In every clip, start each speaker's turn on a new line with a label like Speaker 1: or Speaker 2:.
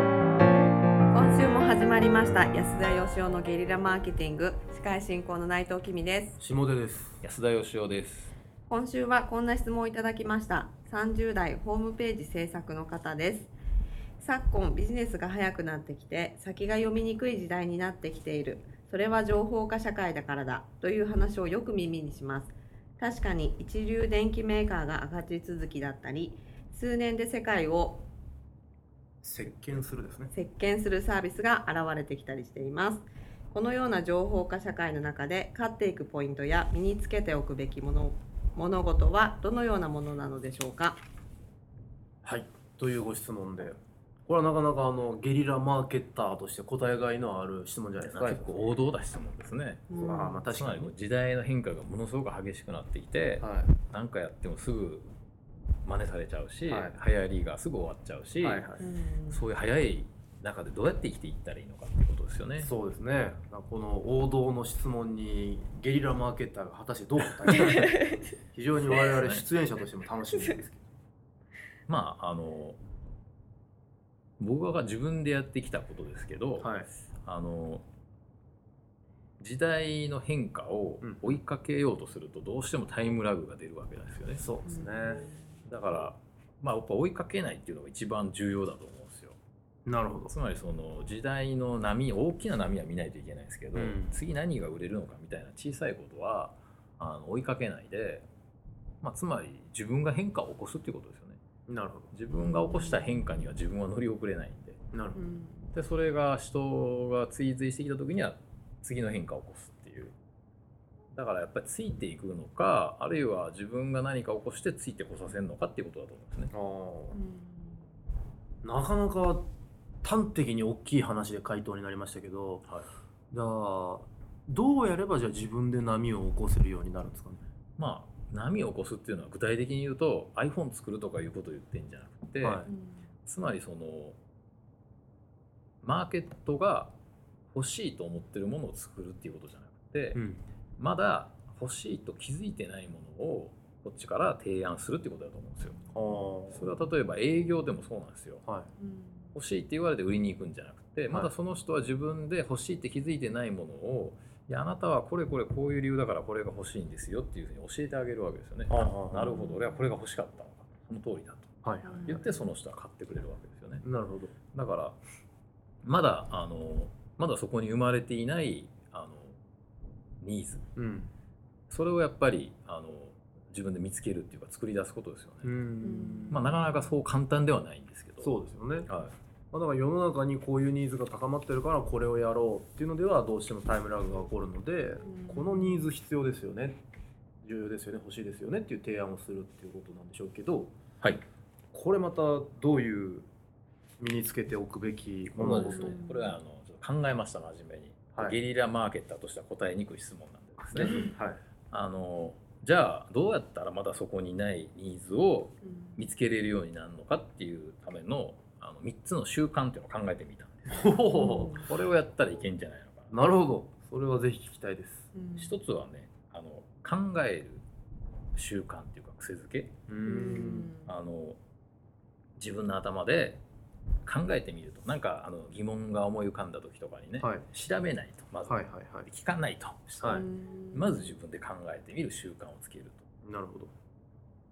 Speaker 1: 今週も始まりました安田義生のゲリラマーケティング司会進行の内藤きみです
Speaker 2: 下手です
Speaker 3: 安田義雄です。
Speaker 1: 今週はこんな質問をいただきました30代ホームページ制作の方です昨今ビジネスが早くなってきて先が読みにくい時代になってきているそれは情報化社会だからだという話をよく耳にします確かに一流電機メーカーが赤字続きだったり数年で世界を
Speaker 2: 接見するですね
Speaker 1: 席巻するサービスが現れてきたりしていますこのような情報化社会の中で勝っていくポイントや身につけておくべきもの物事はどのようなものなのでしょうか
Speaker 2: はいというご質問でこれはなかなかあのゲリラマーケッターとして答えがいのある質問じゃないですか
Speaker 3: 結構王道だ質問ですね。
Speaker 1: うん
Speaker 2: まあまあ確
Speaker 3: つ
Speaker 2: か
Speaker 3: まり
Speaker 2: に
Speaker 3: もう時代の変化がものすごく激しくなっていて、
Speaker 2: は
Speaker 3: 何かやってもすぐ真似されちゃうし、
Speaker 2: はい
Speaker 3: 流行りがすぐ終わっちゃう
Speaker 2: い
Speaker 3: し、
Speaker 2: はいはい
Speaker 3: そういう早い中でどうやって生きていったらいいのかってことですよね。
Speaker 2: そうですねこの王道の質問にゲリラマーケッターが果たしてどう答えるのか 非常に我々出演者としても楽しみですけど
Speaker 3: まああの僕が自分でやってきたことですけど、
Speaker 2: はい
Speaker 3: あの時代の変化を追いかけようとするとどうしてもタイムラグが出るわけですよね。
Speaker 2: そうですね、
Speaker 3: だから、まあ、やっぱ追いかけないっていうのが一番重要だと思うんですよ。
Speaker 2: なるほど
Speaker 3: つまりその時代の波大きな波は見ないといけないですけど、
Speaker 2: うん
Speaker 3: 次何が売れるのかみたいな小さいことはあの追いかけないで、まあ、つまり自分が変化を起こすっていうことですよね。
Speaker 2: なるほ
Speaker 3: 自分が起こした変化には自分は乗り遅れないんで
Speaker 2: どなるほ
Speaker 1: う
Speaker 2: ど
Speaker 1: ん
Speaker 3: でそれが人が追随してきた時には次の変化を起こすっていうだからやっぱりついていくのかあるいは自分が何か起こしてついてこさせるのかっていうことだと思うんですね。
Speaker 2: あーなかなか端的に大きい話で回答になりましたけど、
Speaker 3: はい
Speaker 2: じゃあどうやればじゃあ自分で波を起こせるようになるんですかね
Speaker 3: まあ波を起こすっていうのは具体的に言うと iPhone 作るとかいうことを言ってんじゃなくて、
Speaker 2: は
Speaker 3: つまりそのマーケットが欲しいと思ってるものを作るっていうことじゃなくて、
Speaker 2: ん
Speaker 3: まだ欲しいと気づいてないものをこっちから提案するってことだと思うんですよ。
Speaker 2: あ
Speaker 3: それは例えば営業でもそうなんですよ。
Speaker 2: あはい
Speaker 3: 欲しいって言われて売りに行くんじゃなくてまだその人は自分で欲しいって気づいてないものをいやあなたはこれこれこういう理由だからこれが欲しいんですよっていうふうに教えてあげるわけですよね。
Speaker 2: あ
Speaker 3: なるほど俺はこれが欲しかったのかその通りだと
Speaker 2: はいはい
Speaker 3: 言ってその人は買ってくれるわけですよね
Speaker 2: なるほど
Speaker 3: だからまだあのまだそこに生まれていないあのニーズ
Speaker 2: うん
Speaker 3: それをやっぱりあの自分で見つけるっていうか作り出すことですよね、
Speaker 2: ん
Speaker 3: まあ、なかなかそう簡単ではないんですけど
Speaker 2: そうですよね、
Speaker 3: はい、
Speaker 2: まあ、だから世の中にこういうニーズが高まってるからこれをやろうっていうのではどうしてもタイムラグが起こるので、このニーズ必要ですよね重要ですよね欲しいですよねっていう提案をするっていうことなんでしょうけど
Speaker 3: はい
Speaker 2: これまたどういう身につけておくべき
Speaker 3: こ
Speaker 2: もの
Speaker 3: のですねこれはあのちょっと考えました真面目に、
Speaker 2: はい
Speaker 3: ゲリラマーケッターとしては答えにくい質問なんですね
Speaker 2: はい
Speaker 3: あのじゃあどうやったらまだそこにないニーズを見つけれるようになるのかっていうためのあの3つの習慣っていうのを考えてみたんです
Speaker 2: お
Speaker 3: これをやったらいけんじゃないのかな
Speaker 2: なるほどそれはぜひ聞きたいです
Speaker 3: 一つはねあの考える習慣っていうか癖づけ
Speaker 2: う
Speaker 3: あの自分の頭で考えてみるとなんかあの疑問が思い浮かんだ時とかにね、
Speaker 2: はい
Speaker 3: 調べないとまず、
Speaker 2: はいはいはい
Speaker 3: 聞かないと、
Speaker 2: はい
Speaker 3: まず自分で考えてみる習慣をつけると
Speaker 2: なるほど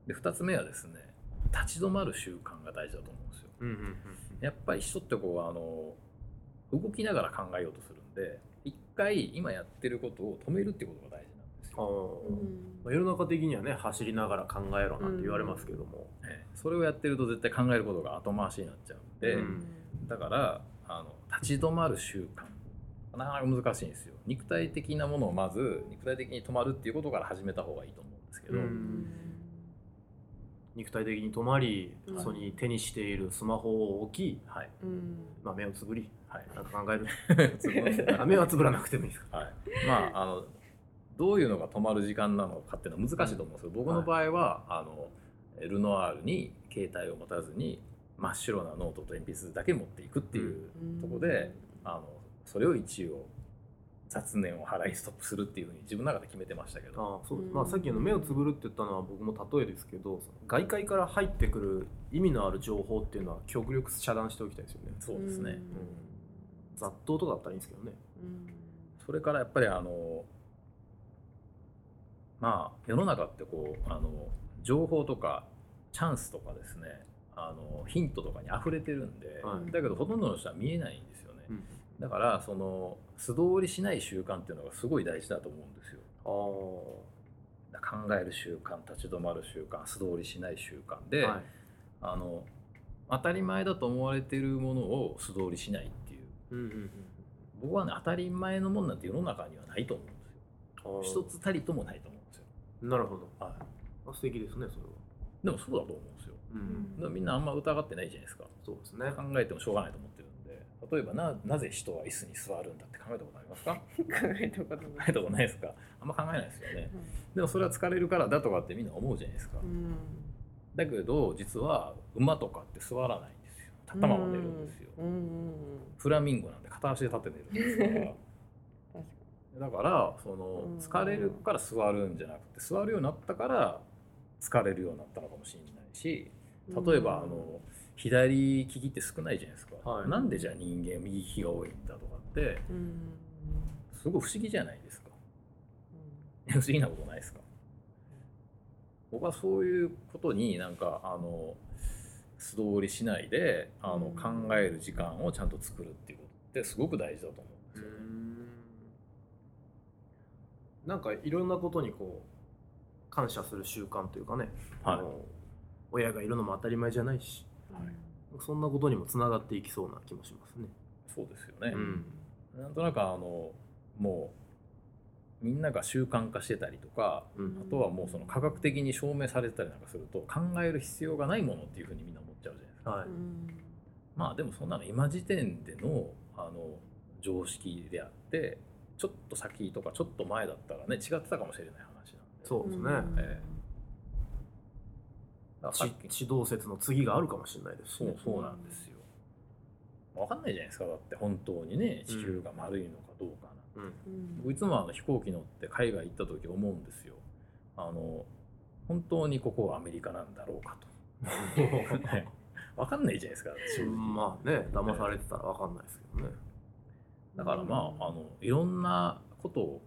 Speaker 3: で2つ目はですね立ち止まる習慣が大事だと思うんですよ
Speaker 2: うんうんうん
Speaker 3: やっぱり人ってこうあの動きながら考えようとするんで一回今やってることを止めるってことが大事なんです
Speaker 2: あ
Speaker 3: よ、
Speaker 2: ーまあ世の中的にはね走りながら考えろなんて言われますけども、
Speaker 3: ええそれをやってると絶対考えることが後回しになっちゃうんで、
Speaker 2: うん
Speaker 3: だからあの立ち止まる習慣なかなか難しいんですよ肉体的なものをまず肉体的に止まるっていうことから始めた方がいいと思うんですけど、
Speaker 2: うん肉体的に止まり、
Speaker 1: うん
Speaker 2: そこに手にしているスマホを置き、
Speaker 3: はい
Speaker 2: まあ、目をつぶり
Speaker 3: はい
Speaker 2: なんか考える
Speaker 3: つぶらせ
Speaker 2: あ
Speaker 3: ない
Speaker 2: 目はつぶらなくてもいいですか
Speaker 3: はい、まああのどういうのが止まる時間なのかっていうのは難しいと思うんですけど、僕の場合は、あのルノアールに携帯を持たずに真っ白なノートと鉛筆だけ持っていくっていうところで、あのそれを一応雑念を払いストップするっていうふうに自分の中で決めてましたけど、
Speaker 2: ああそう
Speaker 1: うん
Speaker 2: まあ、さっきの目をつぶるって言ったのは僕も例えですけどその外界から入ってくる意味のある情報っていうのは極力遮断しておきたいですよね、
Speaker 3: そうですね、
Speaker 2: うん、雑踏とかだったらいいんですけどね
Speaker 1: うん
Speaker 3: それからやっぱりあのまあ世の中ってこうあの情報とかチャンスとかですねあのヒントとかに溢れてるんで、
Speaker 2: はい
Speaker 3: だけどほとんどの人は見えないんですよね、
Speaker 2: うん
Speaker 3: だからその素通りしない習慣っていうのがすごい大事だと思うんですよ
Speaker 2: あ
Speaker 3: だ
Speaker 2: あ
Speaker 3: から考える習慣立ち止まる習慣素通りしない習慣で、
Speaker 2: はい
Speaker 3: あの当たり前だと思われてるものを素通りしないっていう
Speaker 2: うんうんうん
Speaker 3: 僕はね当たり前のもんなんて世の中にはないと思うんですよ
Speaker 2: ああ
Speaker 3: 一つたりともないと思うんですよ。
Speaker 2: なるほど
Speaker 3: は
Speaker 2: あ素敵ですねそれは、
Speaker 3: い、でもそうだと思うんですよ。
Speaker 2: うん
Speaker 1: うん
Speaker 3: だからみんなあんま疑ってないじゃないですか。
Speaker 2: そうですね
Speaker 3: 考えてもしょうがないと思ってるんで、例えばななぜ人は椅子に座るんだって考えたことありますか考
Speaker 1: 考えたことない。
Speaker 3: えたことないですかあんま考えないですよね。でもそれは疲れるからだとかってみんな思うじゃないですか
Speaker 1: う。ん
Speaker 3: だけど実は馬とかって座らないんですよ。立ったまま寝るんですよ。
Speaker 1: うんうんうん
Speaker 3: フラミンゴなんて片足で立って寝る んですから。
Speaker 1: 確か
Speaker 3: だからそ
Speaker 1: うん
Speaker 3: の疲れるから座るんじゃなくて座るようになったから疲れるようになったのかもしれないし
Speaker 1: に
Speaker 3: 例えばあの左利きって少ないじゃないですか、
Speaker 2: はい
Speaker 3: なんでじゃあ人間右利きが多いんだとかって
Speaker 1: うんうん
Speaker 3: すごい不思議じゃないですか 不思議なことないですか僕はそういうことになんかあの素通りしないであの
Speaker 1: うん
Speaker 3: 考える時間をちゃんと作るっていうことってすごく大事だと思うんですよね。
Speaker 2: なんかいろんなことにこう感謝する習慣というかね、
Speaker 3: はい
Speaker 2: あの親がいるのも当たり前じゃないし
Speaker 1: うん
Speaker 3: はい
Speaker 2: そんなことにもつながっていきそうな気もしますね。
Speaker 3: そうですよね、
Speaker 2: うん
Speaker 3: なんとなくあのもうみんなが習慣化してたりとか
Speaker 2: うん
Speaker 3: あとはもうその科学的に証明されてたりなんかすると考える必要がないものっていうふうにみんな思っちゃうじゃないですか、
Speaker 2: は
Speaker 1: う
Speaker 2: い
Speaker 1: ん
Speaker 3: まあでもそんなの今時点でのあの常識であってちょっと先とかちょっと前だったらね違ってたかもしれない話なんで
Speaker 2: そうですね
Speaker 1: ん
Speaker 3: えだからさっき
Speaker 2: 地地動説の次があるかもしれないですし、
Speaker 3: そ
Speaker 2: ね
Speaker 3: うそうなんですよ分かんないじゃないですかだって本当にね地球が丸いのかどうかなんて
Speaker 2: うん
Speaker 1: うん
Speaker 3: 僕いつもあの飛行機乗って海外行った時思うんですよ。あの本当にここはアメリカなんだろうかと。 わかんないじゃないですか正直
Speaker 2: まあね騙されてたら分かんないですけどね。
Speaker 3: だからまああのいろんなこと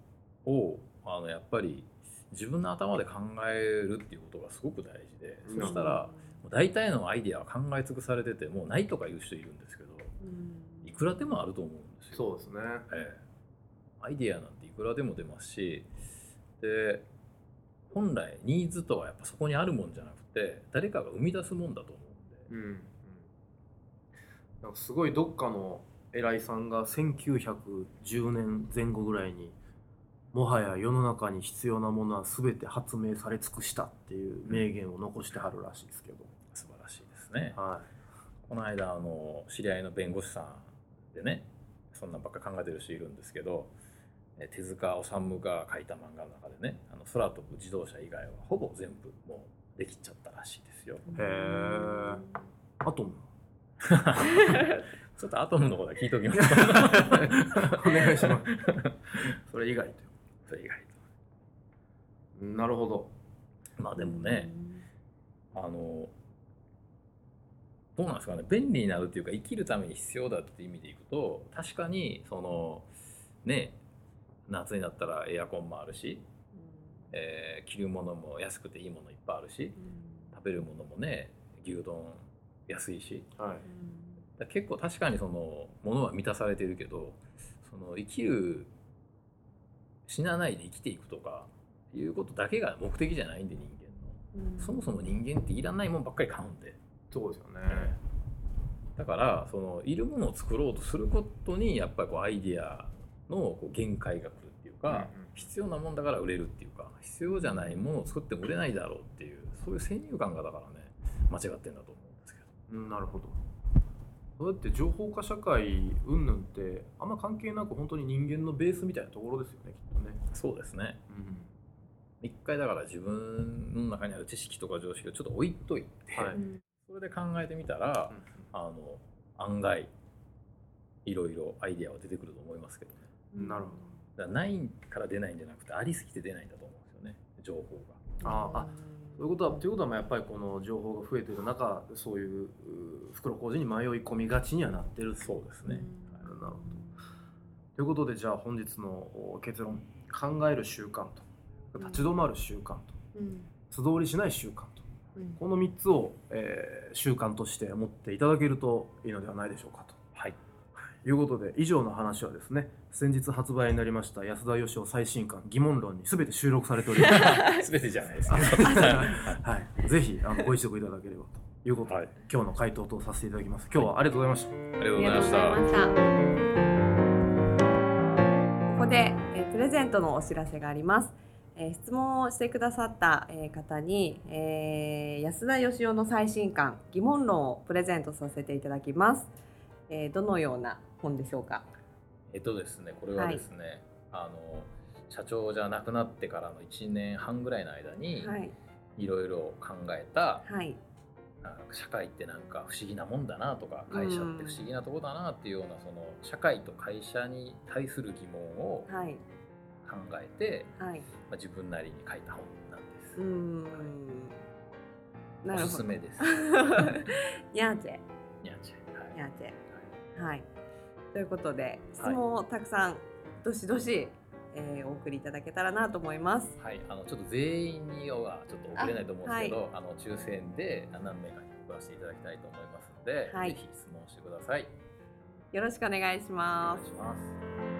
Speaker 3: をあのやっぱり自分の頭で考えるっていうことがすごく大事で
Speaker 2: うん
Speaker 3: そしたらもう大体のアイデアは考え尽くされててもうないとか言う人いるんですけど
Speaker 1: うん
Speaker 3: いくらでもあると思うんですよ。
Speaker 2: そうですね。
Speaker 3: ええアイデアなんていくらでも出ますしで本来ニーズとはやっぱそこにあるもんじゃなくて誰かが生み出すもんだと思うんで
Speaker 2: うんうんなんかすごいどっかの偉いさんが1910年前後ぐらいにもはや世の中に必要なものは全て発明され尽くしたっていう名言を残してはるらしいですけど、
Speaker 3: 素晴らしいですね
Speaker 2: は
Speaker 3: この間あの知り合いの弁護士さんでねそんなんばっか考えてる人いるんですけどえ手塚治虫が書いた漫画の中でねあの空飛ぶ自動車以外はほぼ全部もうできちゃったらしいですよ
Speaker 2: へーい、アトム
Speaker 3: ちょっとアトムのことは聞いておきます
Speaker 2: お願いします それ以外と
Speaker 3: それ以外
Speaker 2: なるほど
Speaker 3: とまあでもね、あのどうなんですかね便利になるっていうか生きるために必要だって意味でいくと確かにそのね夏になったらエアコンもあるし、えー着るものも安くていいものいっぱいあるし
Speaker 1: うん
Speaker 3: 食べるものもね牛丼安いし
Speaker 2: はい
Speaker 3: だから結構確かにその物は満たされてるけどその生きる死なないで生きていくとかいうことだけが目的じゃないんで人間
Speaker 1: う
Speaker 3: の
Speaker 1: ん
Speaker 3: そもそも人間っていらないもんばっかり買うんで。
Speaker 2: そうですよね、
Speaker 3: だからそのいるものを作ろうとすることにやっぱりこうアイディアのこう限界が来るっていうか、
Speaker 2: うんうん
Speaker 3: 必要なもんだから売れるっていうか必要じゃないものを作っても売れないだろうっていうそういう先入観がだからね間違ってんだと思うんですけど
Speaker 2: うんなるほどそうやって情報化社会云々ってあんま関係なく本当に人間のベースみたいなところですよねきっとね、
Speaker 3: そうですね
Speaker 2: うん
Speaker 3: 一回だから自分の中にある知識とか常識をちょっと置いといて、
Speaker 2: はい
Speaker 1: うん
Speaker 3: それで考えてみたら、あの案外いろいろアイディアは出てくると思いますけどね
Speaker 2: なるほど
Speaker 3: だだからないから出ないんじゃなくてありすぎて出ないんだと思うんですよね情報が。
Speaker 2: ああそういうことはということはまあやっぱりこの情報が増えている中そういうう袋小路に迷い込みがちにはなってる
Speaker 3: そうです
Speaker 1: うん
Speaker 3: ね。
Speaker 2: なるほどということでじゃあ本日のお結論考える習慣と
Speaker 1: うん
Speaker 2: 立ち止まる習慣と
Speaker 1: うん
Speaker 2: 素通りしない習慣と
Speaker 1: うん
Speaker 2: この3つを、えー習慣として持っていただけるといいのではないでしょうかと。
Speaker 3: はい。
Speaker 2: いうことで以上の話はですね先日発売になりました安田義雄最新刊「疑問論」に全て収録されておりま す。
Speaker 3: すべてじゃないですけど。
Speaker 2: はい、ぜひあのご一読いただければということで、
Speaker 3: はい
Speaker 2: 今日の回答とさせていただきます。今日はありがとうございました。
Speaker 3: ありがとう
Speaker 1: あ
Speaker 3: ご
Speaker 1: り
Speaker 3: ざ
Speaker 1: がと
Speaker 3: いま
Speaker 1: うござい
Speaker 3: した
Speaker 1: ま。した。ここで、えープレゼントのお知らせがあります。えー質問をしてくださった、えー方に、えー安田義雄の最新刊疑問論をプレゼントさせていただきます。えーどのような本でしょうか。
Speaker 3: えっとですね、これはですね、あの社長じゃなくなってからの1年半ぐらいの間に
Speaker 1: はい
Speaker 3: いろいろ考えた、
Speaker 1: はい
Speaker 3: なんか社会ってなんか不思議なもんだなとか会社って不思議なとこだなっていうようなその社会と会社に対する疑問を
Speaker 1: はい
Speaker 3: 考えて、
Speaker 1: はい。
Speaker 3: まあ、自分なりに書いた本なんです。
Speaker 1: うーん。なる
Speaker 3: お
Speaker 1: ほ
Speaker 3: すす
Speaker 1: ど。
Speaker 3: めです。
Speaker 1: ニャーチェ
Speaker 3: に
Speaker 1: ニ
Speaker 3: ゃんちゃんはい
Speaker 1: ャーチェ。
Speaker 3: はい
Speaker 1: はい。ということで質問をたくさん、どしどし、えーお送りいただけたらなと思います。
Speaker 3: はい、あのちょっと全員にはちょっと送れないと思うんですけど、あ,、の抽選で何名かに送らせていただきたいと思いますので、
Speaker 1: はい
Speaker 3: ぜひ質問してください。
Speaker 1: よろしくお願いし
Speaker 3: お
Speaker 1: ま
Speaker 3: 願い
Speaker 1: す。
Speaker 3: します。